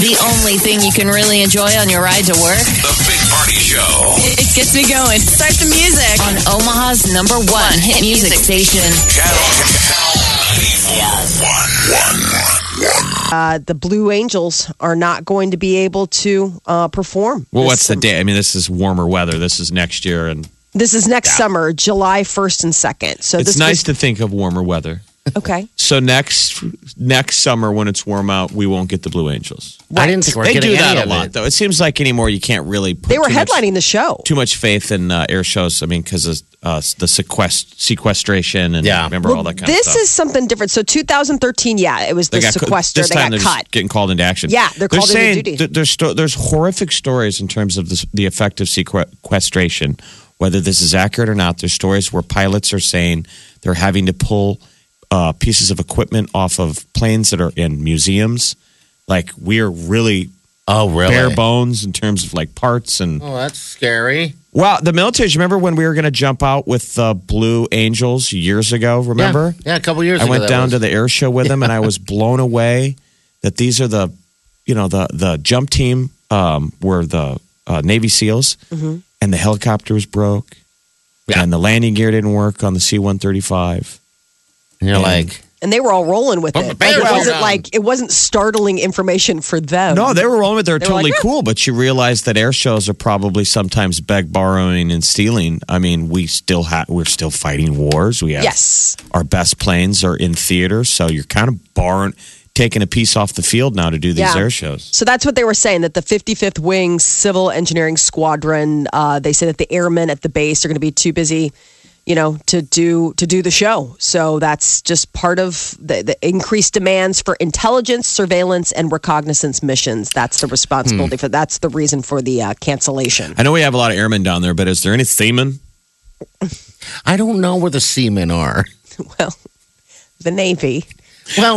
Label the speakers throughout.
Speaker 1: The only thing you can really enjoy on your ride to work.
Speaker 2: The Big Party Show.
Speaker 1: It gets me going. Start the music on Omaha's number one hit music station.
Speaker 2: Channel, channel 941.
Speaker 3: Uh, the Blue Angels are not going to be able to uh, perform.
Speaker 4: Well,
Speaker 3: this
Speaker 4: what's the
Speaker 3: sum-
Speaker 4: day? I mean, this is warmer weather. This is next year, and
Speaker 3: This is next summer, July first and second. So
Speaker 4: it's
Speaker 3: this
Speaker 4: nice to think of warmer weather.
Speaker 3: Was, okay,
Speaker 4: So next next summer, when it's warm out, we won't get the Blue Angels.
Speaker 5: I didn't think we we're
Speaker 4: they
Speaker 5: getting
Speaker 4: do that
Speaker 5: any
Speaker 4: a
Speaker 5: of
Speaker 4: lot,
Speaker 5: it.
Speaker 4: though. It seems like anymore you can't really. Put
Speaker 3: they were
Speaker 4: too much-
Speaker 3: headlining the show.
Speaker 4: too much faith in uh, air shows. I mean, because of uh, the sequest- sequestration and
Speaker 5: Yeah.
Speaker 4: remember all that kind
Speaker 3: This
Speaker 4: of stuff.
Speaker 3: is something different. So 2013, yeah, it was the
Speaker 4: cu-
Speaker 3: sequester.
Speaker 4: This
Speaker 3: They
Speaker 4: time
Speaker 3: got
Speaker 4: they're just
Speaker 3: cut.
Speaker 4: getting called into action.
Speaker 3: Yeah, they're called into
Speaker 4: saying
Speaker 3: duty.
Speaker 4: th- there's sto- there's horrific stories in terms of this, the effect of sequ- sequestration. Whether this is accurate or not, there's stories where pilots are saying they're having to pull uh, pieces of equipment off of planes that are in museums. Like we're really
Speaker 5: Oh, really?
Speaker 4: bare bones in terms of like parts and
Speaker 5: Oh, that's scary.
Speaker 4: Well, the military. you Remember when we were going to jump out with the Blue Angels years ago? Remember?
Speaker 5: Yeah, yeah, a couple years
Speaker 4: I
Speaker 5: ago
Speaker 4: went
Speaker 5: that
Speaker 4: down
Speaker 5: was.
Speaker 4: to the air show with them, and I was blown away that these are the, you know, the the jump team um, were the uh, Navy SEALs, and the helicopter was broke,
Speaker 5: Yeah.
Speaker 4: and the landing gear didn't work on the C one thirty five.
Speaker 5: And you're
Speaker 4: Yeah.
Speaker 5: like,
Speaker 3: and they were all rolling
Speaker 4: Oh,
Speaker 3: with
Speaker 5: Well,
Speaker 3: it. Like, it
Speaker 5: well
Speaker 3: wasn't
Speaker 5: done.
Speaker 3: like it wasn't startling information for them.
Speaker 4: No, they were rolling with. They're
Speaker 3: Um, They were
Speaker 4: totally
Speaker 3: like, "Yeah."
Speaker 4: cool, but you realize that air shows are probably sometimes beg, borrowing, and stealing. I mean, we still have we're still fighting wars. We have
Speaker 3: yes,
Speaker 4: our best planes are in theater, so you're kind of borrowing, taking a piece off the field now to do these
Speaker 3: Yeah.
Speaker 4: air shows.
Speaker 3: So that's what they were saying that the 55th Wing Civil Engineering Squadron. Uh, they say that the airmen at the base are going to be too busy, you know, to do to do the show. So that's just part of the, the increased demands for intelligence, surveillance, and recognizance missions. That's the
Speaker 4: Hmm.
Speaker 3: responsibility for. That's the reason for the uh, cancellation.
Speaker 4: I know we have a lot of airmen down there, but is there any seamen?
Speaker 5: I don't know where the seamen are.
Speaker 3: Well, the Navy.
Speaker 5: Well,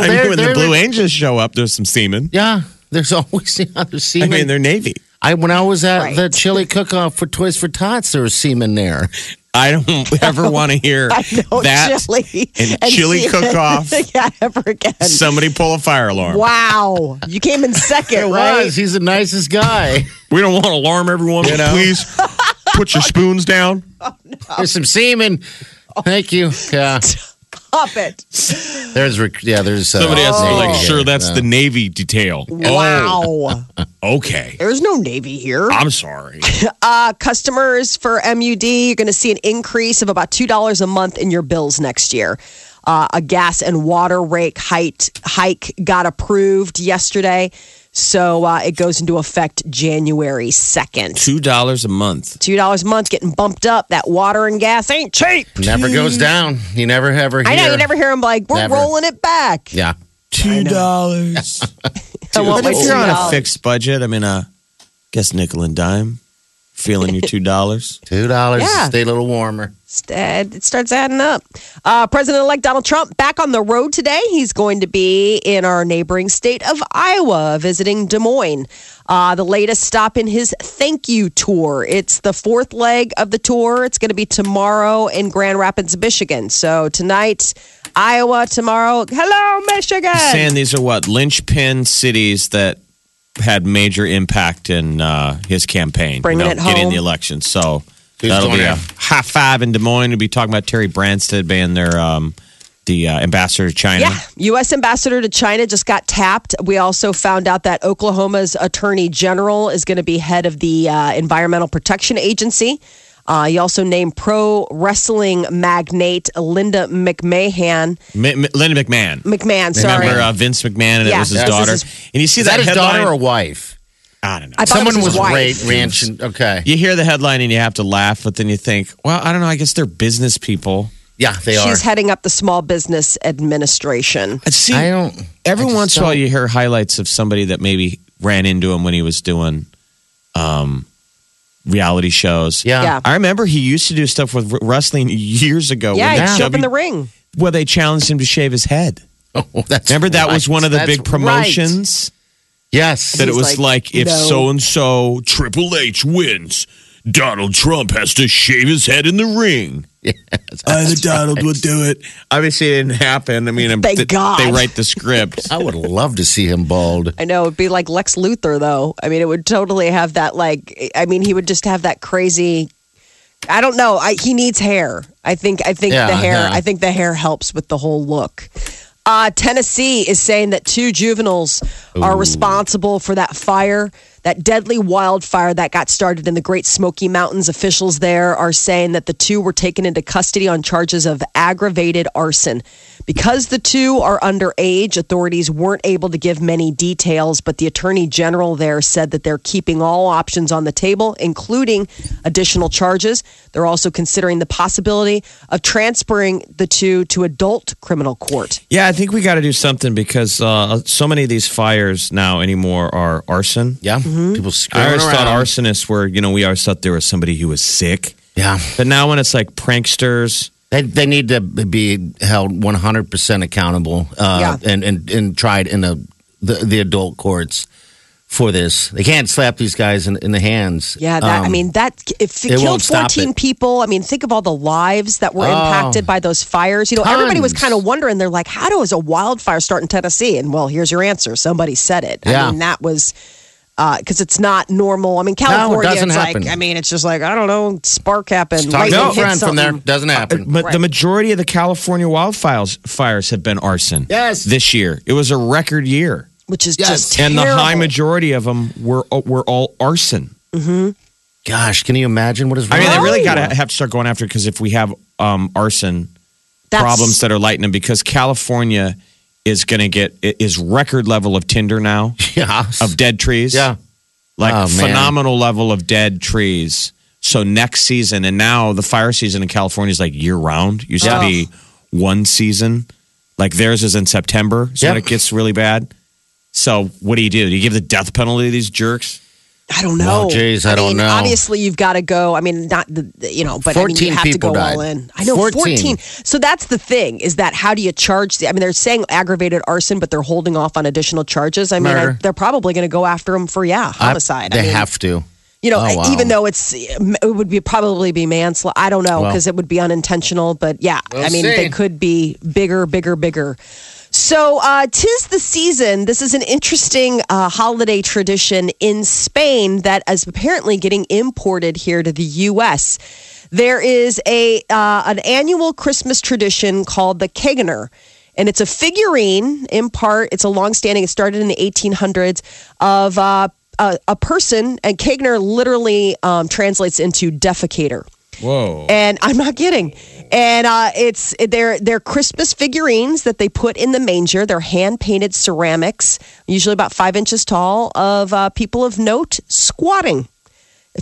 Speaker 4: I
Speaker 5: Oh, they're,
Speaker 4: mean, when the
Speaker 5: they're-
Speaker 4: Blue Angels show up, there's some seamen.
Speaker 5: Yeah, there's always other
Speaker 4: I
Speaker 5: seamen.
Speaker 4: mean, they're Navy.
Speaker 5: I when I was at the
Speaker 3: Right.
Speaker 5: chili cook-off for Toys for Tots, there was seamen there.
Speaker 4: I don't ever want to hear
Speaker 3: I know
Speaker 4: that
Speaker 3: chili
Speaker 4: and chili
Speaker 3: seamen.
Speaker 4: cook-off.
Speaker 3: yeah, ever again.
Speaker 4: somebody pull a fire alarm.
Speaker 3: Wow, you came in second, right?
Speaker 5: Was he's the nicest guy?
Speaker 4: We don't want to alarm everyone, but please put your spoons down.
Speaker 5: There's some semen. Thank you. Yeah,
Speaker 3: Stop it.
Speaker 5: there's rec- yeah, there's uh,
Speaker 4: Somebody has to be
Speaker 5: Navy
Speaker 4: like,
Speaker 5: there.
Speaker 4: sure, that's the Navy detail.
Speaker 3: Wow.
Speaker 4: Oh, okay.
Speaker 3: There's no Navy here.
Speaker 4: I'm sorry.
Speaker 3: Uh, customers for MUD, you're going to see an increase of about $2 a month in your bills next year. Uh, a gas and water rate height, hike got approved yesterday. So uh, it goes into effect January 2nd.
Speaker 4: Two dollars a month.
Speaker 3: $2 a month getting bumped up. That water and gas ain't cheap.
Speaker 5: Never goes down. You never ever. Hear.
Speaker 3: I know you never hear them like, we're
Speaker 5: Never.
Speaker 3: rolling it back.
Speaker 5: Yeah.
Speaker 4: Two dollars.
Speaker 3: I want
Speaker 4: But
Speaker 3: my
Speaker 4: if you're on a
Speaker 3: $2.
Speaker 4: fixed budget, I mean, uh, guess nickel and dime, feeling your two dollars.
Speaker 5: Two dollars
Speaker 3: Yeah.
Speaker 5: to stay a little warmer.
Speaker 3: St- it starts adding up. Uh, President-elect Donald Trump back on the road today. He's going to be in our neighboring state of Iowa, visiting Des Moines. Uh, the latest stop in his thank you tour. It's the fourth leg of the tour. It's going to be tomorrow in Grand Rapids, Michigan. So tonight, Iowa. Tomorrow, hello, Michigan.
Speaker 4: Saying these are what linchpin cities that had major impact in uh, his campaign,
Speaker 3: Bringing
Speaker 4: you know,
Speaker 3: it
Speaker 4: getting
Speaker 3: home.
Speaker 4: the election. So
Speaker 5: Who's
Speaker 4: that'll be
Speaker 5: going
Speaker 4: a
Speaker 5: in?
Speaker 4: high five in Des Moines. We'll be talking about Terry Branstad being their um, the uh, ambassador to China.
Speaker 3: Yeah, U.S. ambassador to China just got tapped. We also found out that Oklahoma's attorney general is going to be head of the uh, Environmental Protection Agency. Uh, he also named pro wrestling magnate Linda McMahon.
Speaker 4: M- M- Linda McMahon.
Speaker 3: McMahon, sorry.
Speaker 4: Remember uh, Vince McMahon, and it
Speaker 3: Yeah,
Speaker 4: was his
Speaker 3: this is
Speaker 4: daughter.
Speaker 3: his-
Speaker 4: and you see
Speaker 5: Is
Speaker 4: that,
Speaker 5: that his
Speaker 4: headline?
Speaker 5: daughter or wife?
Speaker 4: I don't know.
Speaker 3: I thought
Speaker 5: Someone
Speaker 3: it was,
Speaker 5: was
Speaker 3: his wife.
Speaker 5: ra- ranching. Okay.
Speaker 4: you hear the headline and you have to laugh, but then you think, well, I don't know. I guess they're business people.
Speaker 5: Yeah, they
Speaker 3: She's
Speaker 5: are.
Speaker 3: heading up the Small Business Administration.
Speaker 4: I see.
Speaker 5: I don't.
Speaker 4: Every
Speaker 5: I just
Speaker 4: once in a while,
Speaker 5: don't-
Speaker 4: you hear highlights of somebody that maybe ran into him when he was doing um, reality shows.
Speaker 5: Yeah.
Speaker 3: Yeah.
Speaker 4: I remember he used to do stuff with r- wrestling years ago.
Speaker 3: Yeah,
Speaker 4: when
Speaker 3: he'd
Speaker 4: they
Speaker 3: jump in
Speaker 4: shoved-
Speaker 3: the ring.
Speaker 4: Where they challenged him to shave his head.
Speaker 5: Oh, that's
Speaker 4: Remember that
Speaker 5: right.
Speaker 4: was one of the
Speaker 5: That's
Speaker 4: big
Speaker 5: right.
Speaker 4: promotions
Speaker 5: Yes.
Speaker 4: that it
Speaker 3: He's
Speaker 4: was
Speaker 3: like,
Speaker 4: like, if
Speaker 3: no.
Speaker 4: so and so Triple H wins, Donald Trump has to shave his head in the ring. Either Donald will do it. Obviously, it didn't happen. I mean, I'm-
Speaker 3: Thank
Speaker 4: th-
Speaker 3: God.
Speaker 4: they write the script.
Speaker 5: I would love to see him bald.
Speaker 3: I know it'd be like Lex Luthor, though. I mean, it would totally have that. Like, I mean, he would just have that crazy. I don't know. I, he needs hair. I think. I think the
Speaker 5: Yeah,
Speaker 3: hair.
Speaker 5: yeah.
Speaker 3: I think the hair helps with the whole look. Uh, Tennessee is saying that two juveniles are responsible for that fire, that deadly wildfire that got started in the Great Smoky Mountains. Officials there are saying that the two were taken into custody on charges of aggravated arson. Because the two are underage, authorities weren't able to give many details, but the attorney general there said that they're keeping all options on the table, including additional charges. They're also considering the possibility of transferring the two to adult criminal court.
Speaker 4: yeah, I think we got to do something because uh, so many of these fires now anymore are arson.
Speaker 5: Yeah.
Speaker 3: Mm-hmm.
Speaker 5: People
Speaker 4: I
Speaker 5: screaming
Speaker 4: always thought
Speaker 5: around.
Speaker 4: arsonists were, you know, we always thought there was somebody who was sick.
Speaker 5: Yeah.
Speaker 4: But now when it's like pranksters,
Speaker 5: They, they need to be held 100% accountable
Speaker 3: Yeah.
Speaker 5: uh, and, and, and tried in a, the, the adult courts for this. They can't slap these guys in, in the hands.
Speaker 3: Yeah, that, I
Speaker 5: Um,
Speaker 3: mean that if it,
Speaker 5: it
Speaker 3: killed
Speaker 5: won't stop
Speaker 3: 14
Speaker 5: it. Oh.
Speaker 3: people, I mean think of all the lives that were impacted by those fires. You know, everybody was
Speaker 5: Tons.
Speaker 3: kind of wondering they're like how does a wildfire start in Tennessee? And well, here's your answer. Somebody said it. I
Speaker 5: Yeah.
Speaker 3: mean that was because it's not normal. I mean, California,
Speaker 5: doesn't
Speaker 3: it's
Speaker 5: happen.
Speaker 3: like, I mean, it's just like, I don't know, spark happened.
Speaker 5: Talk
Speaker 3: lightning
Speaker 5: to a
Speaker 3: hit
Speaker 5: friend from there.
Speaker 3: something.
Speaker 5: Doesn't happen.
Speaker 4: uh, but the majority of the California wildfires fires have been arson.
Speaker 5: Yes.
Speaker 4: This year. It was a record year.
Speaker 3: which is
Speaker 5: Yes.
Speaker 3: just
Speaker 4: And the high
Speaker 3: terrible.
Speaker 4: majority of them were uh, were all arson.
Speaker 5: Gosh, can you imagine what is
Speaker 4: I
Speaker 5: wrong?
Speaker 4: mean, they really
Speaker 5: with
Speaker 4: got
Speaker 5: the
Speaker 4: to have to start going after because if we have um, arson
Speaker 3: That's-
Speaker 4: problems that are lightning, because California is going to get i- is record level of tinder now
Speaker 5: world? Yeah.
Speaker 4: of dead trees.
Speaker 5: Yeah.
Speaker 4: like
Speaker 5: Oh, man.
Speaker 4: phenomenal level of dead trees. So next season, and now the fire season in California is like year round. Used to be one season. Like theirs is in September, so when
Speaker 5: Yep.
Speaker 4: it gets really bad. So what do you do? Do you give the death penalty to these jerks?
Speaker 3: I don't know.
Speaker 5: Well, geez, I don't
Speaker 3: mean,
Speaker 5: know.
Speaker 3: Obviously, you've got to go. I mean, not the the- you know, but I mean, you
Speaker 5: 14
Speaker 3: have to
Speaker 5: people
Speaker 3: go
Speaker 5: died.
Speaker 3: all in. I know 14.
Speaker 5: 14.
Speaker 3: So that's the thing is that how do you charge? The, I mean, they're saying aggravated arson, but they're holding off on additional charges. I mean, I,
Speaker 5: Murder.
Speaker 3: they're probably going to go after him for yeah
Speaker 5: I-
Speaker 3: homicide. I
Speaker 5: They
Speaker 3: mean,
Speaker 5: have to.
Speaker 3: you know, e,
Speaker 5: Oh, wow.
Speaker 3: even though it's it would be probably be manslaughter. I don't know
Speaker 5: Well.
Speaker 3: because it would be unintentional, but yeah, I
Speaker 5: We'll
Speaker 3: mean,
Speaker 5: see.
Speaker 3: they could be bigger, bigger, bigger. So, uh, tis the season. This is an interesting uh, holiday tradition in Spain that is apparently getting imported here to the U.S. There is a uh, an annual Christmas tradition called the Kegener. And it's a figurine, in part, it's a longstanding, it started in the 1800s, of uh, a, a person, and Kegner literally um, translates into defecator.
Speaker 4: Whoa!
Speaker 3: And I'm not kidding. And uh, it's they're they're Christmas figurines that they put in the manger. They're hand painted ceramics, usually about five inches tall, of uh, people of note squatting.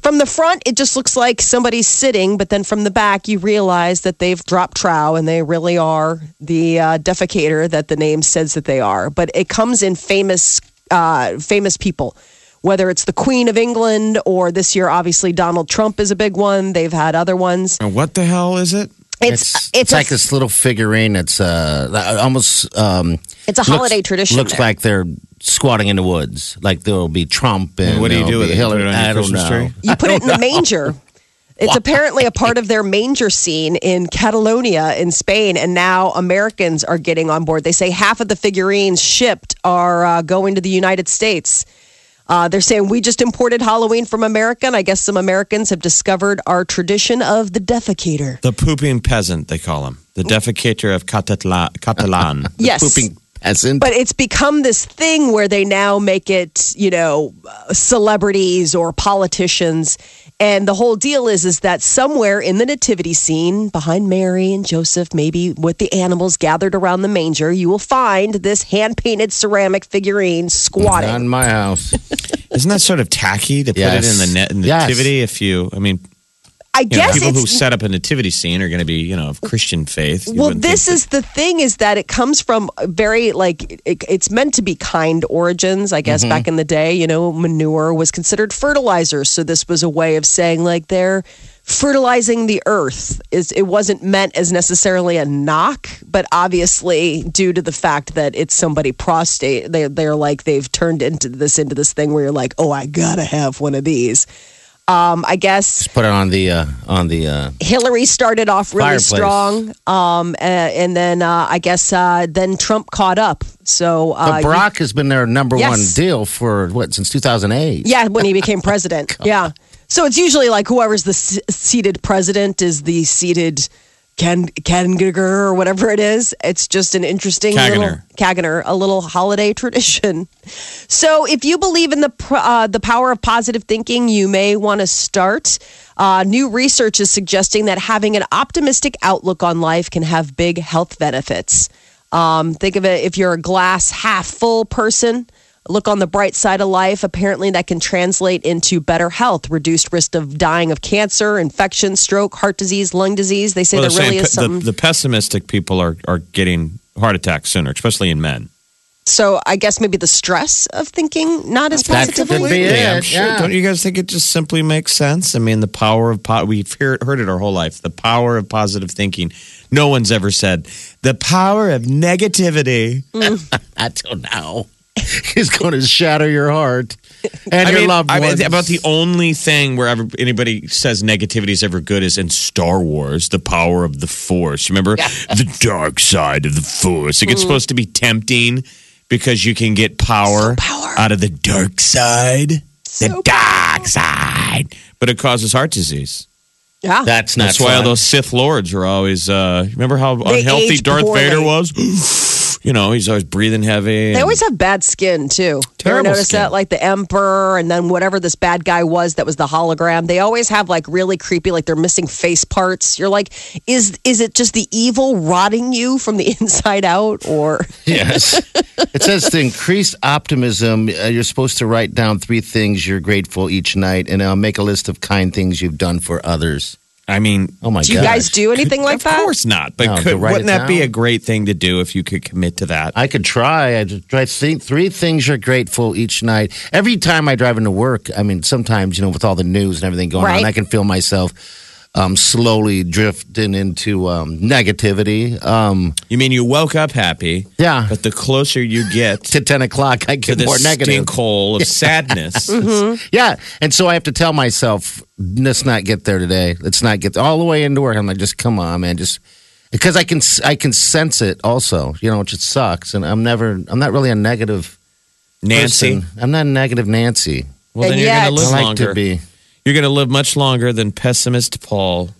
Speaker 3: From the front, it just looks like somebody's sitting, but then from the back, you realize that they've dropped trow and they really are the uh, defecator that the name says that they are. But it comes in famous, uh, famous people, whether it's the Queen of England or this year, obviously Donald Trump is a big one. They've had other ones.
Speaker 4: And what the hell is it?
Speaker 3: It's it's, a,
Speaker 5: like this little figurine. It's uh, almost. Um,
Speaker 3: it's a
Speaker 5: looks-
Speaker 3: holiday tradition.
Speaker 5: Looks
Speaker 3: there.
Speaker 5: like they're squatting in the woods. Like there'll be Trump and
Speaker 4: What do you
Speaker 5: there'll
Speaker 4: do with
Speaker 5: be
Speaker 4: it?
Speaker 5: Hillary.
Speaker 4: Put it on your
Speaker 5: I don't
Speaker 4: Christmas
Speaker 5: know.
Speaker 4: tree?
Speaker 3: You put it in the manger. It's apparently a part of their manger scene in Catalonia in Spain, and now Americans are getting on board. They say half of the figurines shipped are uh, going to the United States. Uh, they're saying we just imported Halloween from America, and I guess some Americans have discovered our tradition of the defecator.
Speaker 4: The pooping peasant, they call him, the defecator of Catatla- Catalan.
Speaker 3: yes,
Speaker 5: Pooping peasant.
Speaker 3: but it's become this thing where they now make it you know uh, celebrities or politicians and the whole deal is is that somewhere in the nativity scene behind mary and joseph maybe with the animals gathered around the manger you will find this hand-painted ceramic figurine squatting
Speaker 5: not in my house.
Speaker 4: Isn't that sort of tacky to put it in the
Speaker 5: Yes.
Speaker 4: net in
Speaker 5: Yes.
Speaker 4: nativity? If you, I mean,
Speaker 3: I
Speaker 4: You know,
Speaker 3: guess
Speaker 4: people
Speaker 3: it's
Speaker 4: who set up a nativity scene are going to be, you know, of Christian faith. You
Speaker 3: well
Speaker 4: wouldn't think
Speaker 3: this is the thing is that it comes from a very like it, it's meant to be kind origins i guess back in the day you know manure was considered fertilizer so this was a way of saying like they're fertilizing the earth is it wasn't meant as necessarily a knock but obviously due to the fact that it's somebody prostate they, they're like they've turned into this into this thing where you're like oh i gotta have one of these um, I guess
Speaker 5: Put it on the uh, on the uh,
Speaker 3: Hillary started off really
Speaker 5: Fireplace.
Speaker 3: strong, um, a- and, then uh, I guess uh, then Trump caught up. So uh,
Speaker 5: But Barack has been their number
Speaker 3: Yes.
Speaker 5: one deal for what since 2008.
Speaker 3: yeah, when he became president, yeah. So it's usually like whoever's the se- seated president is the seated Ken Kengiger or whatever it is. It's just an interesting little
Speaker 4: Kaganer.
Speaker 3: Kaganer, a little holiday tradition. So, if you believe in the pr- uh, the power of positive thinking, you may want to start. Uh, new research is suggesting that having an optimistic outlook on life can have big health benefits. Um, think of it if you're a glass half full person. Look on the bright side of life. Apparently, that can translate into better health, reduced risk of dying of cancer, infection, stroke, heart disease, lung disease. They say
Speaker 4: Well,
Speaker 3: there
Speaker 4: they're
Speaker 3: really
Speaker 4: saying
Speaker 3: is
Speaker 4: pe-
Speaker 3: something.
Speaker 4: the, the pessimistic people are, are getting heart attacks sooner, especially in men.
Speaker 3: so, I guess maybe the stress of thinking not as
Speaker 5: That could
Speaker 3: positively.
Speaker 5: be it.
Speaker 4: I'm sure.
Speaker 5: yeah.
Speaker 4: Don't you guys think it just simply makes sense? I mean, the power of po- we've hear- heard it our whole life. The power of positive thinking. No one's ever said the power of negativity.
Speaker 5: I don't know. He's going to shatter your heart and
Speaker 4: I
Speaker 5: your
Speaker 4: mean,
Speaker 5: loved
Speaker 4: I mean,
Speaker 5: ones.
Speaker 4: about the only thing where ever, anybody says negativity is ever good is in Star Wars, the power of the Force. Remember the dark side of the Force. Like it's supposed to be tempting because you can get power, out of the dark side, the dark side, but it causes heart disease.
Speaker 3: Yeah.
Speaker 5: that's not
Speaker 4: That's why all
Speaker 5: fun.
Speaker 4: those Sith lords are always. Uh, remember how
Speaker 3: They
Speaker 4: unhealthy
Speaker 3: age
Speaker 4: Darth
Speaker 3: poorly.
Speaker 4: Vader was? you know, he's always breathing heavy.
Speaker 3: They
Speaker 4: and-
Speaker 3: always have bad skin too. You ever
Speaker 4: Terrible
Speaker 3: notice
Speaker 4: skin.
Speaker 3: that? Like the emperor, and then whatever this bad guy was that was the hologram. They always have like really creepy, like they're missing face parts. You're like, is is it just the evil rotting you from the inside out, or
Speaker 5: Yes. it says to increase optimism, uh, you're supposed to write down three things you're grateful each night and uh, make a list of kind things you've done for others.
Speaker 4: I mean,
Speaker 5: Oh my
Speaker 3: do you
Speaker 5: gosh.
Speaker 3: guys do anything like
Speaker 4: of
Speaker 3: that?
Speaker 4: course not. But
Speaker 5: No, to
Speaker 4: could,
Speaker 5: write
Speaker 4: wouldn't
Speaker 5: it
Speaker 4: that be
Speaker 5: down.
Speaker 4: a great thing to do if you could commit to that?
Speaker 5: I could try. I just try to think three things you're grateful each night. Every time I drive into work, I mean, sometimes you know, with all the news and everything going
Speaker 3: Right.
Speaker 5: on, I can feel myself um, slowly drifting into um, negativity. Um,
Speaker 4: you mean you woke up happy?
Speaker 5: Yeah.
Speaker 4: But the closer you get
Speaker 5: to ten o'clock,
Speaker 4: to
Speaker 5: I get
Speaker 4: the
Speaker 5: more negative. Mm-hmm.
Speaker 4: stink hole of sadness,
Speaker 5: Yeah, and so I have to tell myself, let's not get there today. Let's not get all the way into work. I'm like, just come on, man, just because I can I can sense it also. You know, it just sucks, and I'm never I'm not really a negative
Speaker 4: Nancy.
Speaker 5: person. I'm not a negative Nancy.
Speaker 4: Well,
Speaker 3: And
Speaker 4: then you're
Speaker 3: yet-
Speaker 4: going to
Speaker 5: I
Speaker 4: live
Speaker 5: like
Speaker 4: longer.
Speaker 5: to be.
Speaker 4: You're going to live much longer than pessimist Paul.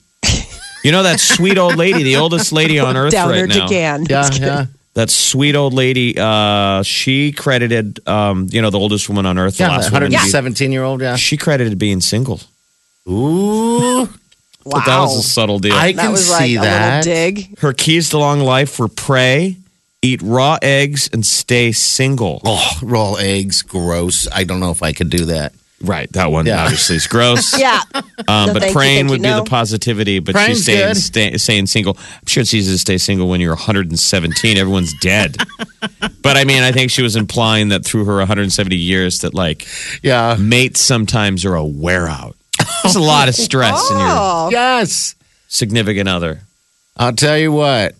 Speaker 4: You know that sweet old lady, the oldest lady on earth
Speaker 3: Downer
Speaker 4: right now.
Speaker 3: to Gan.
Speaker 5: Yeah, yeah.
Speaker 4: that sweet old lady uh, she credited um, you know the oldest woman on earth the
Speaker 5: Yeah,
Speaker 4: last woman to be-
Speaker 5: 117 year old. Yeah.
Speaker 4: she credited being single
Speaker 5: Ooh,
Speaker 3: Wow,
Speaker 4: that was a subtle deal
Speaker 5: I
Speaker 3: that
Speaker 5: can
Speaker 3: was like
Speaker 5: see
Speaker 3: a
Speaker 5: that.
Speaker 3: little dig.
Speaker 4: her keys to long life were pray eat raw eggs and stay single
Speaker 5: Oh, raw eggs, gross. I don't know if I could do that.
Speaker 4: right that one
Speaker 5: Yeah.
Speaker 4: obviously is gross
Speaker 3: Yeah,
Speaker 4: um,
Speaker 3: No,
Speaker 4: but
Speaker 3: thank you,
Speaker 4: praying
Speaker 3: thank
Speaker 4: would
Speaker 3: you, no.
Speaker 4: be the positivity but she's
Speaker 5: Praying's
Speaker 4: staying,
Speaker 5: good.
Speaker 4: stay, staying single i'm sure it's easy to stay single when you're 117 everyone's dead but i mean i think she was implying that through her 170 years that like
Speaker 5: Yeah.
Speaker 4: mates sometimes are a wear out. There's a lot of stress in your
Speaker 3: oh,
Speaker 5: Yes.
Speaker 4: significant other.
Speaker 5: I'll tell you what.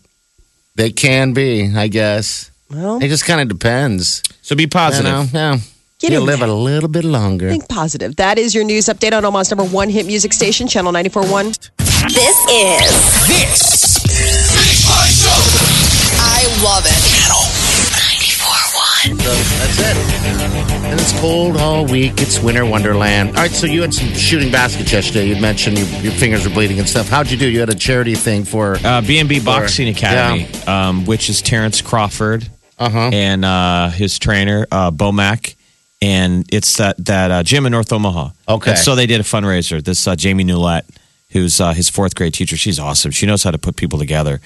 Speaker 5: They can be, I guess.
Speaker 3: well,
Speaker 5: It just kind of depends.
Speaker 4: So be positive.
Speaker 5: You know, yeah.
Speaker 3: Get
Speaker 5: you
Speaker 3: in
Speaker 5: live
Speaker 3: there.
Speaker 5: a little bit longer.
Speaker 3: think positive. That is your news update on Omaha's number one hit music station, Channel 94.1.
Speaker 1: This is
Speaker 2: This is my show.
Speaker 1: I Love It.
Speaker 2: Channel
Speaker 5: So that's it. And it's cold all week. It's winter wonderland. All right, so you had some shooting baskets yesterday. You mentioned your, your fingers were bleeding and stuff. How'd you do? You had a charity thing for.
Speaker 4: Uh, B&B Boxing Academy, um, which is Terrence Crawford
Speaker 5: Uh huh.
Speaker 4: and uh, his trainer, uh, Bo Mack. And it's that, that uh, gym in North Omaha.
Speaker 5: Okay.
Speaker 4: And so they did a fundraiser. This uh, Jamie Newlett, who's uh, his fourth grade teacher, she's awesome. She knows how to put people together.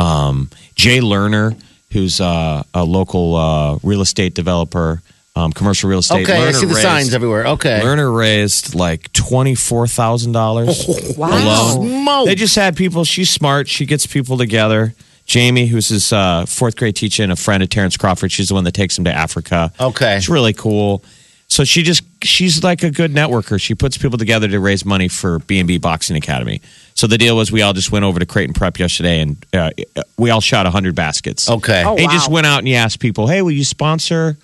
Speaker 4: Um, Jay Lerner, who's uh, a local uh, real estate developer, um, commercial real estate.
Speaker 5: Okay, I
Speaker 4: Lerner
Speaker 5: see the
Speaker 4: raised-
Speaker 5: signs everywhere. Okay.
Speaker 4: Lerner raised like twenty four thousand dollars alone.
Speaker 5: Smoke.
Speaker 4: They just had people. She's smart. She gets people together. Jamie, who's his uh, fourth grade teacher and a friend of Terrence Crawford, she's the one that takes him to Africa.
Speaker 5: Okay.
Speaker 4: it's really cool. So she just she's like a good networker. She puts people together to raise money for B and B Boxing Academy. So the deal was we all just went over to Creighton Prep yesterday and uh, we all shot hundred baskets.
Speaker 5: Okay.
Speaker 3: Oh,
Speaker 4: He
Speaker 3: wow.
Speaker 4: just went out and he asked people, "Hey, will you sponsor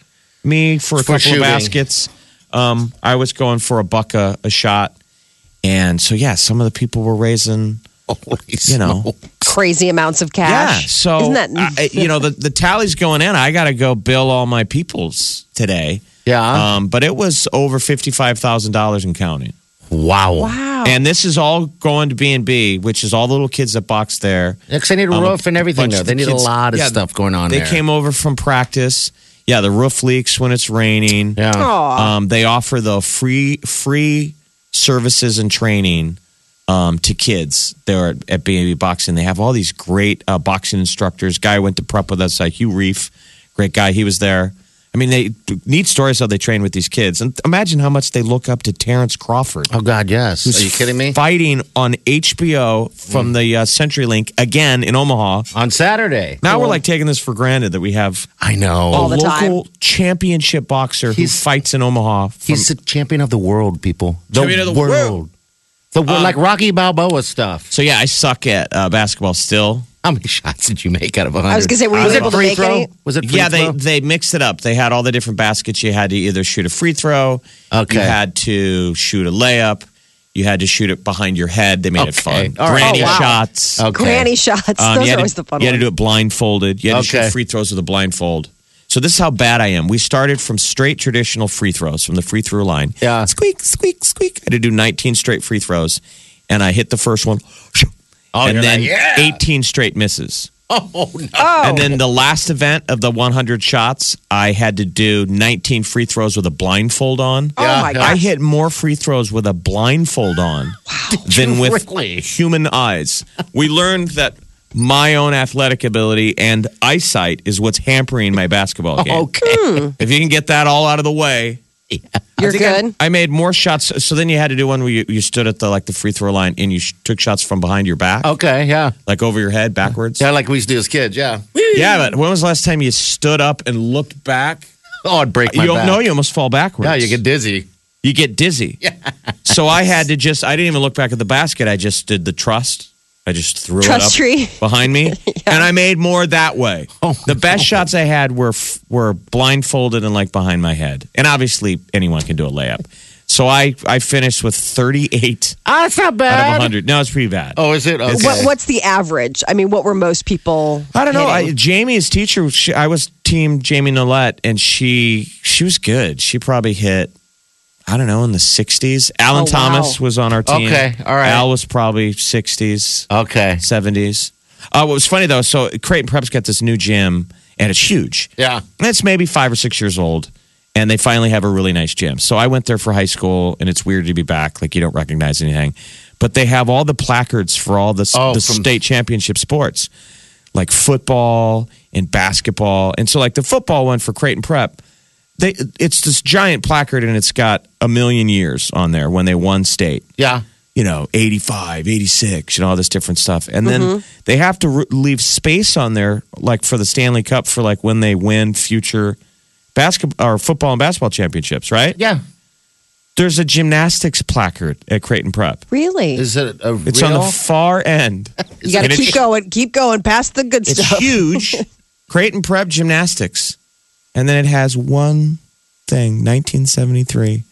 Speaker 4: me for a
Speaker 5: For
Speaker 4: couple
Speaker 5: shooting.
Speaker 4: of baskets?" Um, I was going for a buck a, a shot, and so yeah, some of the people were raising,
Speaker 5: Holy
Speaker 4: you know,
Speaker 5: smoke.
Speaker 3: Crazy amounts of
Speaker 4: yeah.
Speaker 3: cash.
Speaker 4: So uh,
Speaker 3: isn't that
Speaker 4: I- you know the the tally's going in. I got to go bill all my peoples today.
Speaker 3: Uh.
Speaker 5: Yeah.
Speaker 4: Um, but it was over fifty five thousand dollars in counting.
Speaker 5: wow.
Speaker 3: wow?
Speaker 4: And this is all going to B and B, which is all the little kids that box there.
Speaker 5: Because they need a
Speaker 4: Um,
Speaker 5: roof and everything.
Speaker 4: bunch
Speaker 5: Though.
Speaker 4: of
Speaker 5: They
Speaker 4: the
Speaker 5: need a
Speaker 4: kids-
Speaker 5: lot of
Speaker 4: yeah,
Speaker 5: stuff going on
Speaker 4: They
Speaker 5: there.
Speaker 4: came over from practice. Yeah, the roof leaks when it's raining.
Speaker 5: Yeah.
Speaker 3: Aw.
Speaker 4: Um, they offer the free free services and training um, to kids there at, at B&B Boxing. They have all these great uh, boxing instructors. Guy who went to prep with us, uh, Hugh Reef, great guy. He was there. I mean, they need stories how they train with these kids, and imagine how much they look up to Terrence Crawford.
Speaker 5: Oh God, yes. Are you kidding me? Hmm.
Speaker 4: Fighting on HBO from the uh, CenturyLink again in Omaha.
Speaker 5: On Saturday.
Speaker 4: Now Oh, we're like taking this for granted that we have
Speaker 5: I know.
Speaker 3: All
Speaker 4: a
Speaker 3: the time.
Speaker 4: local championship boxer who
Speaker 5: He's-
Speaker 4: fights in Omaha. From,
Speaker 5: He's the champion of the world, people. The
Speaker 4: Champion of the world. Um,
Speaker 5: The world, like Rocky Balboa stuff.
Speaker 4: so yeah, I suck at uh, basketball still.
Speaker 5: How many shots did you make out of 100?
Speaker 3: I was gonna say, were you
Speaker 5: was it
Speaker 3: able to
Speaker 5: free
Speaker 3: make
Speaker 5: throw?
Speaker 3: any?
Speaker 5: Was it free
Speaker 4: Yeah, they
Speaker 5: throw?
Speaker 4: they mixed it up. They had all the different baskets. You had to either shoot a free throw.
Speaker 5: Okay.
Speaker 4: You had to shoot a layup. You had to shoot it behind your head. They made it
Speaker 5: Okay.
Speaker 4: fun.
Speaker 5: All right.
Speaker 4: Granny
Speaker 3: Oh, wow.
Speaker 4: shots.
Speaker 5: Okay.
Speaker 3: Granny shots.
Speaker 4: Um,
Speaker 3: Those
Speaker 4: you
Speaker 3: are
Speaker 4: had
Speaker 3: always
Speaker 4: to,
Speaker 3: the fun
Speaker 4: You had to do
Speaker 3: ones.
Speaker 4: it blindfolded. You had to
Speaker 5: Okay.
Speaker 4: shoot free throws with a blindfold. So this is how bad I am. We started from straight traditional free throws from the free throw line.
Speaker 5: Yeah.
Speaker 4: Squeak, squeak, squeak. I had to do 19 straight free throws, and I hit the first one.
Speaker 5: Oh,
Speaker 4: and
Speaker 5: you're
Speaker 4: then
Speaker 5: like, yeah.
Speaker 4: 18 straight misses.
Speaker 5: Oh no.
Speaker 4: And then the last event of the 100 shots, I had to do 19 free throws with a blindfold on.
Speaker 3: Oh
Speaker 5: Yeah.
Speaker 3: my
Speaker 4: I
Speaker 3: gosh!
Speaker 4: hit more free throws with a blindfold on than
Speaker 5: you
Speaker 4: with
Speaker 5: really?
Speaker 4: human eyes. We learned that my own athletic ability and eyesight is what's hampering my basketball game.
Speaker 5: Oh, Okay.
Speaker 4: If you can get that all out of the way,
Speaker 3: You're good.
Speaker 4: I made more shots. So then you had to do one where you, you stood at the like the free throw line and you sh- took shots from behind your back,
Speaker 5: Okay. Yeah.
Speaker 4: like over your head backwards.
Speaker 5: Yeah, like we used to do as kids. Yeah.
Speaker 4: Yeah, but when was the last time you stood up and looked back?
Speaker 5: Oh, I'd break my
Speaker 4: you don't
Speaker 5: back.
Speaker 4: know you almost fall backwards.
Speaker 5: Yeah, you get dizzy.
Speaker 4: you get dizzy. so I had to just I didn't even look back at the basket. I just did the trust. I just threw
Speaker 3: Trust
Speaker 4: it up
Speaker 3: tree.
Speaker 4: behind me, and I made more that way.
Speaker 5: Oh,
Speaker 4: the best shots I had were f- were blindfolded and like behind my head, and obviously anyone can do a layup. So I I finished with thirty eight
Speaker 5: Ah, it's not
Speaker 4: out of
Speaker 5: bad.
Speaker 4: one hundred. No, it's pretty bad.
Speaker 5: Oh, is it? Okay.
Speaker 3: What, what's the average? I mean, what were most people?
Speaker 4: I don't know. I,
Speaker 3: hitting?
Speaker 4: Jamie's teacher, she, I was team Jamie Nolette, and she she was good. She probably hit, I don't know, in the 60s. Alan
Speaker 3: Oh, wow.
Speaker 4: Thomas was on our team.
Speaker 5: Okay, all right.
Speaker 4: Al was probably 60s,
Speaker 5: Okay.
Speaker 4: 70s. Uh, what was funny, though, so Creighton Prep's got this new gym, and it's huge.
Speaker 5: Yeah.
Speaker 4: And it's maybe five or six years old, and they finally have a really nice gym. So I went there for high school, and it's weird to be back. Like, you don't recognize anything. But they have all the placards for all the, s-
Speaker 5: Oh,
Speaker 4: the
Speaker 5: from-
Speaker 4: state championship sports like football and basketball. And so like the football one for Creighton Prep, they it's this giant placard and it's got a million years on there when they won state.
Speaker 5: Yeah.
Speaker 4: You know, 85, 86, and all this different stuff. And then
Speaker 3: Mm-hmm.
Speaker 4: they have to re- leave space on there like for the Stanley Cup for like when they win future basketball or football and basketball championships, right?
Speaker 5: Yeah.
Speaker 4: There's a gymnastics placard at Creighton Prep.
Speaker 3: Really?
Speaker 5: Is it a
Speaker 4: It's
Speaker 5: real?
Speaker 4: on the far end.
Speaker 3: You got
Speaker 4: And
Speaker 3: to
Speaker 4: it's-
Speaker 3: keep going, keep going past the good
Speaker 4: It's
Speaker 3: stuff.
Speaker 4: huge. Creighton Prep Gymnastics. And then it has one thing, 1973.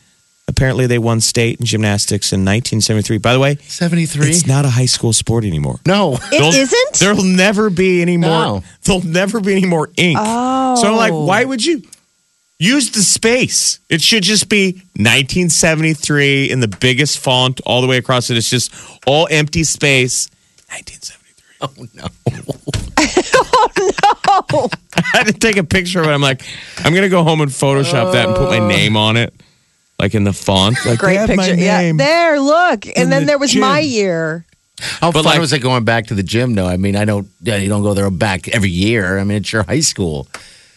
Speaker 4: Apparently they won state in gymnastics in 1973. By the way,
Speaker 5: 73?
Speaker 4: it's not a high school sport anymore.
Speaker 5: no.
Speaker 3: It
Speaker 4: There'll-
Speaker 3: isn't?
Speaker 4: There'll never be any more.
Speaker 5: No.
Speaker 4: There'll never be any more ink. So I'm like,
Speaker 3: Oh.
Speaker 4: why would you use the space? It should just be 1973 in the biggest font all the way across it. It's just all empty space. 1973.
Speaker 3: Oh,
Speaker 4: I had to take a picture of it. I'm like, I'm gonna go home and Photoshop that and put my name on it, like in the font. Like,
Speaker 3: Oh. Great
Speaker 4: they have
Speaker 3: picture.
Speaker 4: My
Speaker 3: Yeah.
Speaker 4: name.
Speaker 3: There, look. And
Speaker 4: In
Speaker 3: then
Speaker 4: the
Speaker 3: there was my
Speaker 4: gym.
Speaker 3: year.
Speaker 5: How
Speaker 4: But
Speaker 5: fun
Speaker 4: like-
Speaker 5: was it going back to the gym? though? I mean, I don't. Yeah, you don't go there back every year. I mean, it's your high school.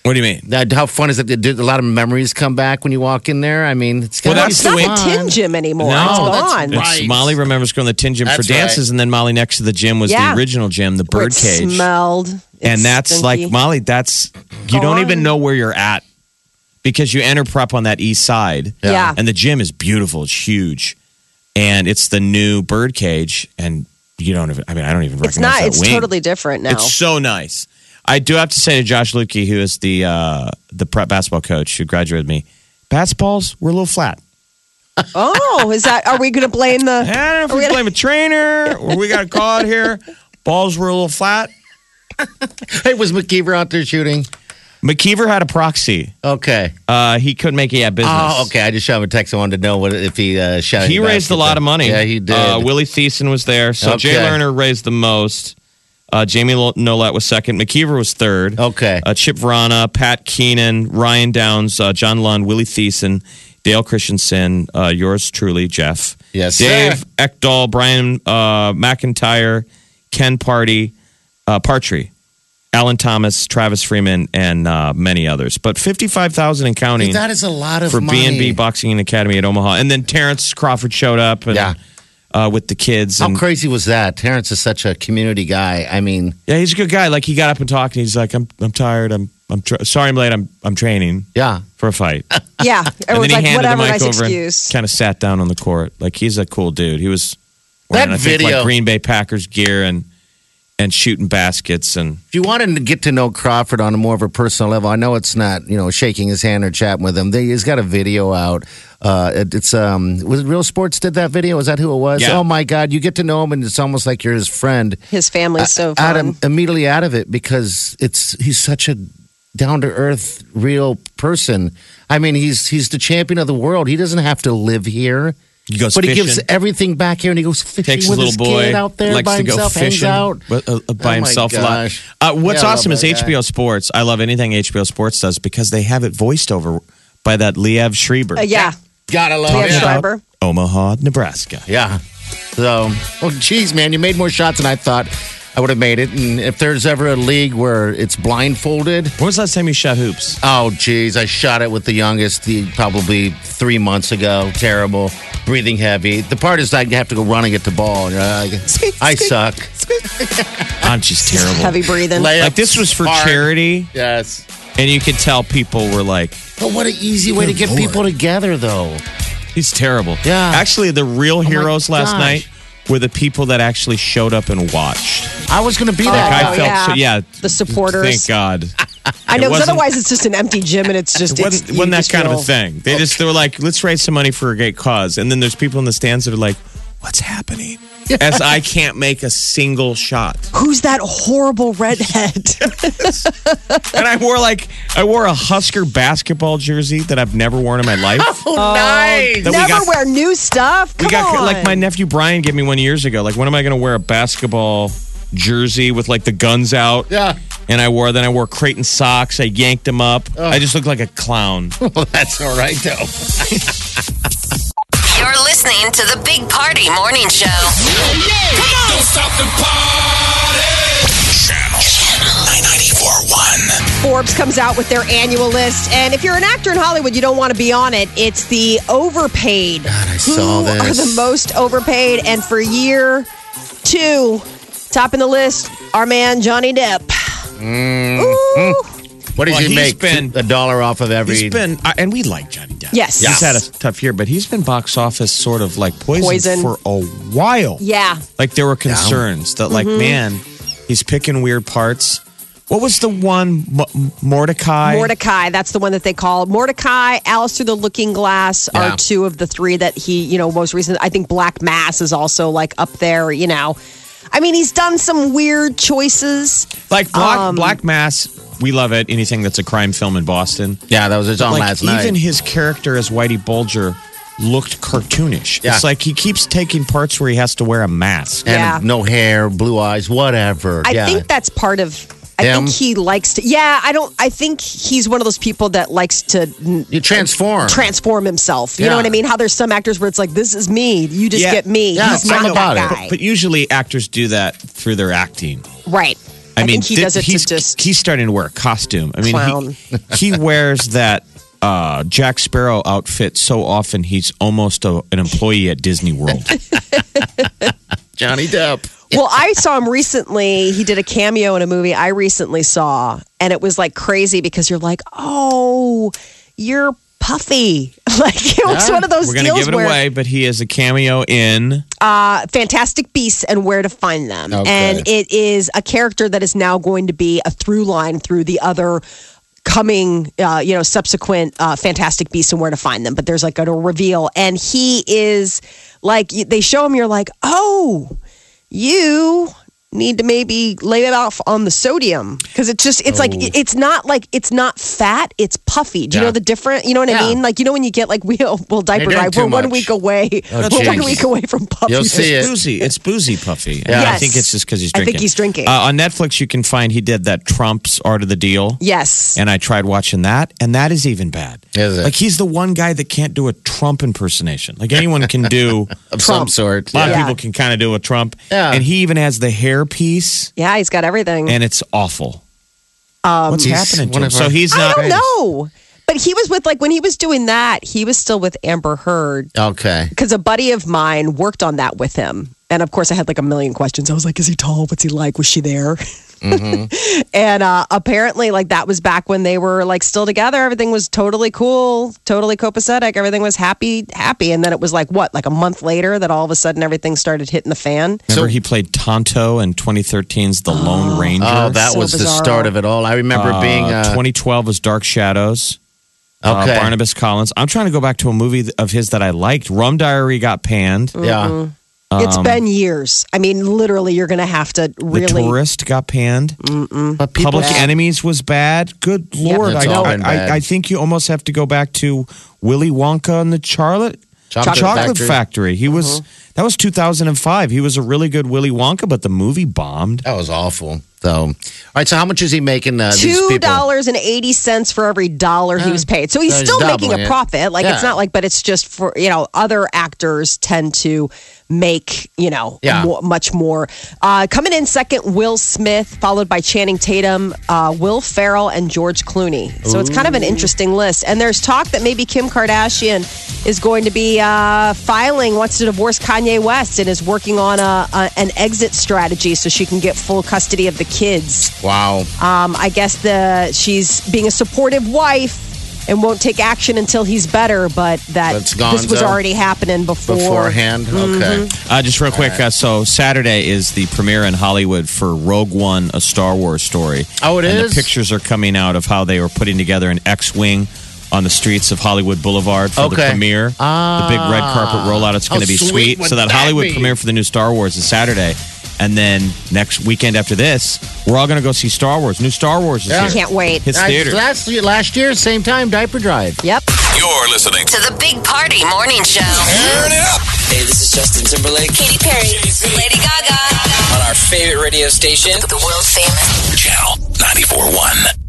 Speaker 4: What do you mean?
Speaker 5: That, how fun is it? Did a lot of memories come back when you walk in there? I mean, it's
Speaker 4: Well,
Speaker 5: gonna
Speaker 4: that's
Speaker 3: It's
Speaker 5: be
Speaker 3: not
Speaker 4: the
Speaker 5: fun.
Speaker 3: the tin gym anymore.
Speaker 4: No,
Speaker 3: it's
Speaker 5: that's-
Speaker 3: gone.
Speaker 5: that's-
Speaker 4: It's
Speaker 5: Right.
Speaker 4: Molly remembers going to the tin gym for
Speaker 5: That's right.
Speaker 4: dances, and then Molly next to the gym was
Speaker 3: Yeah.
Speaker 4: the original gym, the
Speaker 3: Where it
Speaker 4: birdcage.
Speaker 3: smelled. It's
Speaker 4: and that's
Speaker 3: stinky.
Speaker 4: like Molly. That's you don't even know where you're at because you enter prep on that east side.
Speaker 3: Yeah. Yeah.
Speaker 4: and the gym is beautiful. It's huge, and it's the new birdcage. And you don't even. I mean, I don't even recognize
Speaker 3: It's not.
Speaker 4: that
Speaker 3: It's
Speaker 4: wing.
Speaker 3: totally different now.
Speaker 4: It's so nice. I do have to say to Josh Lukey, who is the uh, the prep basketball coach who graduated me, basketballs were a little flat.
Speaker 3: oh, is that? Are we going to blame
Speaker 4: I
Speaker 3: the?
Speaker 4: don't know if we blame a trainer or we got caught here. Balls were a little flat.
Speaker 5: Hey, was McKeever out there shooting?
Speaker 4: McKeever had a proxy.
Speaker 5: Okay.
Speaker 4: Uh, he couldn't make it at business.
Speaker 5: Oh, okay. I just shot him a text. I wanted to know what if he uh, shot.
Speaker 4: He
Speaker 5: any
Speaker 4: raised a lot of money.
Speaker 5: baskets. Yeah, he did.
Speaker 4: Uh, Willie Thiessen was there. So Jay
Speaker 5: Okay.
Speaker 4: Lerner raised the most. Uh, Jamie Lo- Nolette was second. McKeever was third.
Speaker 5: Okay.
Speaker 4: Uh, Chip Vrana, Pat Keenan, Ryan Downs, uh, John Lund, Willie Thiessen, Dale Christensen, uh, yours truly, Jeff.
Speaker 5: Yes,
Speaker 4: Dave
Speaker 5: sir.
Speaker 4: Ekdahl, Brian uh, McIntyre, Ken Party, uh, Partry, Alan Thomas, Travis Freeman, and uh, many others. But 55,000 and counting
Speaker 5: that is a lot of
Speaker 4: for
Speaker 5: money.
Speaker 4: B&B Boxing Academy at Omaha. And then Terrence Crawford showed up and,
Speaker 5: Yeah.
Speaker 4: uh, with the kids.
Speaker 5: How
Speaker 4: And,
Speaker 5: crazy was that? Terrence is such a community guy. I mean,
Speaker 4: yeah, he's a good guy. Like he got up and talked and he's like, I'm, I'm tired. I'm, I'm tra- sorry I'm late. I'm, I'm training
Speaker 5: yeah.
Speaker 4: for a fight.
Speaker 3: Yeah,
Speaker 4: and
Speaker 3: everyone's
Speaker 4: then
Speaker 3: like,
Speaker 4: he handed
Speaker 3: whatever.
Speaker 4: the
Speaker 3: Nice
Speaker 4: mic over
Speaker 3: excuse.
Speaker 4: and kind of sat down on the court. Like he's a cool dude. He was
Speaker 5: That
Speaker 4: wearing, I think,
Speaker 5: video-
Speaker 4: like Green Bay Packers gear and, and shooting baskets and
Speaker 5: If you wanted to get to know Crawford on a more of a personal level, I know it's not you know shaking his hand or chatting with him. They, he's got a video out. Uh, it, it's um, was it Real Sports did that video? Is that who it was?
Speaker 4: Yeah.
Speaker 5: Oh my God, you get to know him, and it's almost like you're his friend.
Speaker 3: His family's so um,
Speaker 5: out
Speaker 3: fun.
Speaker 5: of, immediately out of it because it's he's such a down to earth, real person. I mean, he's he's the champion of the world. He doesn't have to live here,
Speaker 4: he goes
Speaker 5: but he
Speaker 4: fishing.
Speaker 5: gives everything back here, and he goes fishing
Speaker 4: takes his
Speaker 5: with
Speaker 4: little
Speaker 5: his
Speaker 4: boy
Speaker 5: kid out there
Speaker 4: likes
Speaker 5: by
Speaker 4: to go
Speaker 5: himself,
Speaker 4: fishing
Speaker 5: hangs out.
Speaker 4: with- uh, uh, by
Speaker 5: Oh my
Speaker 4: himself a lot.
Speaker 5: gosh.
Speaker 4: Uh, what's
Speaker 5: Yeah, I love
Speaker 4: awesome is
Speaker 5: that guy.
Speaker 4: HBO Sports. I love anything HBO Sports does because they have it voiced over by that Liev Schreiber.
Speaker 3: Uh, yeah,
Speaker 5: Gotta love
Speaker 3: Liev
Speaker 4: Oh,
Speaker 5: him.
Speaker 3: Schreiber.
Speaker 4: Omaha, Nebraska.
Speaker 5: Yeah. So, well, geez, man, you made more shots than I thought I would have made it. And if there's ever a league where it's blindfolded,
Speaker 4: When was the last time you shot hoops?
Speaker 5: oh, geez, I shot it with the youngest the, probably three months ago. Terrible, breathing heavy. The part is I have to go running at the ball. And you're like, I suck.
Speaker 4: I'm just terrible.
Speaker 3: heavy breathing.
Speaker 5: Layups,
Speaker 4: Like this was for
Speaker 5: hard.
Speaker 4: charity,
Speaker 5: Yes.
Speaker 4: and you could tell people were like,
Speaker 5: But what an easy way to get people together, though.
Speaker 4: "He's terrible."
Speaker 5: Yeah.
Speaker 4: Actually, the
Speaker 3: Oh
Speaker 4: real heroes last
Speaker 5: gosh.
Speaker 4: night were the people that actually showed up and watched.
Speaker 5: I was going to be
Speaker 4: Like,
Speaker 5: that
Speaker 4: I
Speaker 5: guy.
Speaker 4: felt
Speaker 3: Oh, yeah.
Speaker 4: so. Oh, Yeah.
Speaker 3: The supporters.
Speaker 4: Thank God.
Speaker 3: I
Speaker 4: It
Speaker 3: know, because
Speaker 4: wasn't-
Speaker 3: otherwise it's just an empty gym and it's just.
Speaker 4: wasn't,
Speaker 3: it's, you
Speaker 4: wasn't that
Speaker 3: just
Speaker 4: kind of a
Speaker 3: feel-
Speaker 4: thing. They just they were like, let's raise some money for a great cause, and then there's people in the stands that are like, what's happening? As I can't make a single shot,
Speaker 3: Who's that horrible redhead?
Speaker 4: and I wore like I wore a Husker basketball jersey that I've never worn in my life.
Speaker 5: Oh, nice.
Speaker 4: That we
Speaker 3: Never
Speaker 4: got-
Speaker 3: wear new stuff. Come
Speaker 4: we got
Speaker 3: on.
Speaker 4: like my nephew Brian gave me one years ago. Like, when am I going to wear a basketball jersey with like the guns out?
Speaker 5: Yeah.
Speaker 4: And I wore then I wore Creighton socks. I yanked them up. I just looked like a clown.
Speaker 5: Well, that's all right, though.
Speaker 1: You're listening to the Big Party Morning Show.
Speaker 2: Don't stop the party. Channel 994.1.
Speaker 3: Forbes comes out with their annual list, and if you're an actor in Hollywood, you don't want to be on it. It's the overpaid. God, I
Speaker 5: saw
Speaker 3: Who
Speaker 5: this.
Speaker 3: are the most overpaid? And for year two, top in the list, our man Johnny Depp.
Speaker 4: Mm-hmm.
Speaker 3: Ooh.
Speaker 5: What does
Speaker 4: Well,
Speaker 5: he
Speaker 4: he's
Speaker 5: make?
Speaker 4: been-
Speaker 5: a dollar off of every.
Speaker 4: He's been, I- and we like Johnny Depp.
Speaker 3: Yes. Yes.
Speaker 4: he's had a tough year, but he's been box office sort of like poison,
Speaker 3: Poison.
Speaker 4: for a while.
Speaker 3: Yeah. Mm-hmm.
Speaker 4: like there were concerns that, like, man, he's picking weird parts. What was the one M- M- Mordecai?
Speaker 3: Mordecai, that's the one that they call Mordecai. Alice Through the Looking Glass
Speaker 5: Yeah.
Speaker 3: are two of the three that he, you know, most recent. I think Black Mass is also like up there, you know. I mean, he's done some weird choices.
Speaker 4: Like Black,
Speaker 3: Um,
Speaker 4: Black Mass, we love it. Anything that's a crime film in Boston.
Speaker 5: Yeah, that was his on
Speaker 4: like
Speaker 5: last night.
Speaker 4: even his character as Whitey Bulger looked cartoonish.
Speaker 5: Yeah.
Speaker 4: It's like he keeps taking parts where he has to wear a mask.
Speaker 5: and
Speaker 3: Yeah.
Speaker 5: no hair, blue eyes, whatever.
Speaker 3: I
Speaker 5: yeah.
Speaker 3: think that's part of. I
Speaker 5: Him?
Speaker 3: think he likes to. Yeah, I don't. I think he's one of those people that likes to n-
Speaker 5: you transform.
Speaker 3: transform himself. You know
Speaker 5: Yeah.
Speaker 3: what I mean? How there's some actors where it's like, this is me. You just
Speaker 4: Yeah.
Speaker 3: get me.
Speaker 5: Yeah,
Speaker 3: he's
Speaker 5: something
Speaker 3: not that
Speaker 5: about it.
Speaker 3: guy.
Speaker 4: But usually actors do that through their acting.
Speaker 3: right.
Speaker 4: I, mean,
Speaker 3: think he
Speaker 4: thi-
Speaker 3: does it to
Speaker 4: he's,
Speaker 3: just-
Speaker 4: he's starting to wear a costume. I mean,
Speaker 3: Clown.
Speaker 4: he, he wears that uh, Jack Sparrow outfit so often he's almost a, an employee at Disney World.
Speaker 5: Johnny Depp.
Speaker 3: Well, I saw him recently. He did a cameo in a movie I recently saw, and it was like crazy because you're like, oh, you're puffy. Like it was
Speaker 5: Yeah.
Speaker 3: one of those
Speaker 4: We're gonna
Speaker 3: deals
Speaker 4: give it
Speaker 3: where
Speaker 4: away, but he is a cameo in.
Speaker 3: uh, Fantastic Beasts and Where to Find Them,
Speaker 5: Okay.
Speaker 3: and it is a character that is now going to be a through line through the other coming, uh, you know, subsequent uh, Fantastic Beasts and Where to Find Them. But there's like a reveal, and he is like y- they show him. You're like, oh, you need to maybe lay it off on the sodium because it's just it's like it's not like it's not fat it's puffy do you
Speaker 5: Oh. Yeah.
Speaker 3: know the different you know what i
Speaker 5: Yeah.
Speaker 3: mean like you know when you get like we will diaper
Speaker 5: doing
Speaker 3: drive
Speaker 5: too
Speaker 3: we're one
Speaker 5: much.
Speaker 3: week away
Speaker 5: Oh,
Speaker 3: we're one
Speaker 5: geez.
Speaker 3: week away from puffy
Speaker 5: You'll see
Speaker 4: It's
Speaker 5: it.
Speaker 4: boozy. It's boozy puffy. I, mean, I
Speaker 3: Yes.
Speaker 4: think it's just because he's
Speaker 3: I
Speaker 4: drinking.
Speaker 3: think he's drinking.
Speaker 4: Uh, on Netflix, you can find he did that Trump's Art of the Deal.
Speaker 3: Yes.
Speaker 4: And I tried watching that, and that is even bad.
Speaker 5: Is it?
Speaker 4: Like he's the one guy that can't do a Trump impersonation. Like anyone can do. a
Speaker 5: Of some sort.
Speaker 4: lot of
Speaker 3: Yeah.
Speaker 4: people can kind of do a Trump.
Speaker 5: Yeah.
Speaker 4: And he even has the hair piece,
Speaker 3: yeah, he's got everything. Um,
Speaker 4: and it's awful. What's
Speaker 5: He's
Speaker 4: happening to
Speaker 5: one
Speaker 4: him?
Speaker 5: of
Speaker 4: So
Speaker 5: our-
Speaker 4: he's uh,
Speaker 3: I
Speaker 4: not.
Speaker 3: don't know. But he was with, like, when he was doing that, he was still with Amber Heard
Speaker 5: Okay.
Speaker 3: because a buddy of mine worked on that with him. And of course, I had like a million questions. I was like, is he tall? What's he like? Was she there?
Speaker 4: Mm-hmm.
Speaker 3: and uh, apparently, like, that was back when they were like still together. Everything was totally cool, totally copacetic. Everything was happy, happy. And then it was like, what, like a month later that all of a sudden everything started hitting the fan?
Speaker 4: Remember,
Speaker 5: So-
Speaker 4: he played Tonto in 2013's The Lone Ranger.
Speaker 5: Oh, that
Speaker 3: So
Speaker 5: was the
Speaker 3: bizarro.
Speaker 5: start of it all. I remember being
Speaker 4: Uh,
Speaker 5: uh,
Speaker 4: 2012 was Dark Shadows. Uh,
Speaker 5: Okay.
Speaker 4: Barnabas Collins. I'm trying to go back to a movie th- of his that I liked. Rum Diary got panned.
Speaker 5: Yeah.
Speaker 4: Mm-hmm.
Speaker 3: it's been years. I mean, literally, you're going to have to
Speaker 4: Um. The
Speaker 3: really.
Speaker 4: Tourist got panned.
Speaker 5: But Mm-hmm. people
Speaker 4: Public Enemies was bad. Good lord,
Speaker 5: It's
Speaker 4: I,
Speaker 5: all
Speaker 4: I,
Speaker 5: been bad.
Speaker 4: I, I think you almost have to go back to Willy Wonka and the Charlotte
Speaker 5: Chocolate Factory.
Speaker 4: He
Speaker 5: Mm-hmm.
Speaker 4: was that was 2005. He was a really good Willy Wonka, but the movie bombed.
Speaker 5: That was awful. So, all right. So, how much is he making? Uh, these
Speaker 3: two
Speaker 5: people?
Speaker 3: dollars and eighty cents for every dollar he was paid. So he's
Speaker 5: so he's
Speaker 3: still making
Speaker 5: doubling
Speaker 3: a
Speaker 5: it.
Speaker 3: profit. Like it's
Speaker 5: Yeah.
Speaker 3: not like, but it's just for you know other actors tend to make you know
Speaker 5: Yeah.
Speaker 3: mo- much more. Uh, coming in second, Will Smith, followed by Channing Tatum, uh, Will Farrell, and George Clooney. So it's kind of an interesting list. And there's talk that maybe Kim Kardashian is going to be uh, filing wants to divorce Kanye West and is working on a, a an exit strategy so she can get full custody of the kids.
Speaker 5: Wow.
Speaker 3: Um, I guess the she's being a supportive wife and won't take action until he's better. But that
Speaker 5: That's
Speaker 3: this was
Speaker 5: Gonzo.
Speaker 3: already happening before.
Speaker 5: Beforehand. Okay.
Speaker 4: Uh, just real quick, uh, so Saturday is the premiere in Hollywood for Rogue One, a Star Wars story.
Speaker 5: Oh, it
Speaker 4: and
Speaker 5: is?
Speaker 4: the pictures are coming out of how they were putting together an X-wing on the streets of Hollywood Boulevard for the
Speaker 5: Okay. Ah.
Speaker 4: premiere. the big red carpet rollout. It's going to be
Speaker 5: How sweet
Speaker 4: sweet.
Speaker 5: would
Speaker 4: So that,
Speaker 5: that
Speaker 4: Hollywood
Speaker 5: be?
Speaker 4: premiere for the new Star Wars is Saturday, and then next weekend after this, we're all going to go see Star Wars. New Star Wars is
Speaker 5: Yeah.
Speaker 4: here.
Speaker 3: I can't wait.
Speaker 4: Hits
Speaker 5: I-
Speaker 4: theater.
Speaker 5: last year, last year, same time, diaper drive.
Speaker 3: Yep.
Speaker 2: You're listening to
Speaker 1: To the Big Party Morning Show.
Speaker 2: Turn It Up
Speaker 6: Hey, this is Justin Timberlake
Speaker 1: Katy Perry, Lady Gaga,
Speaker 6: on our favorite radio station,
Speaker 1: the world famous
Speaker 2: Channel 94.1.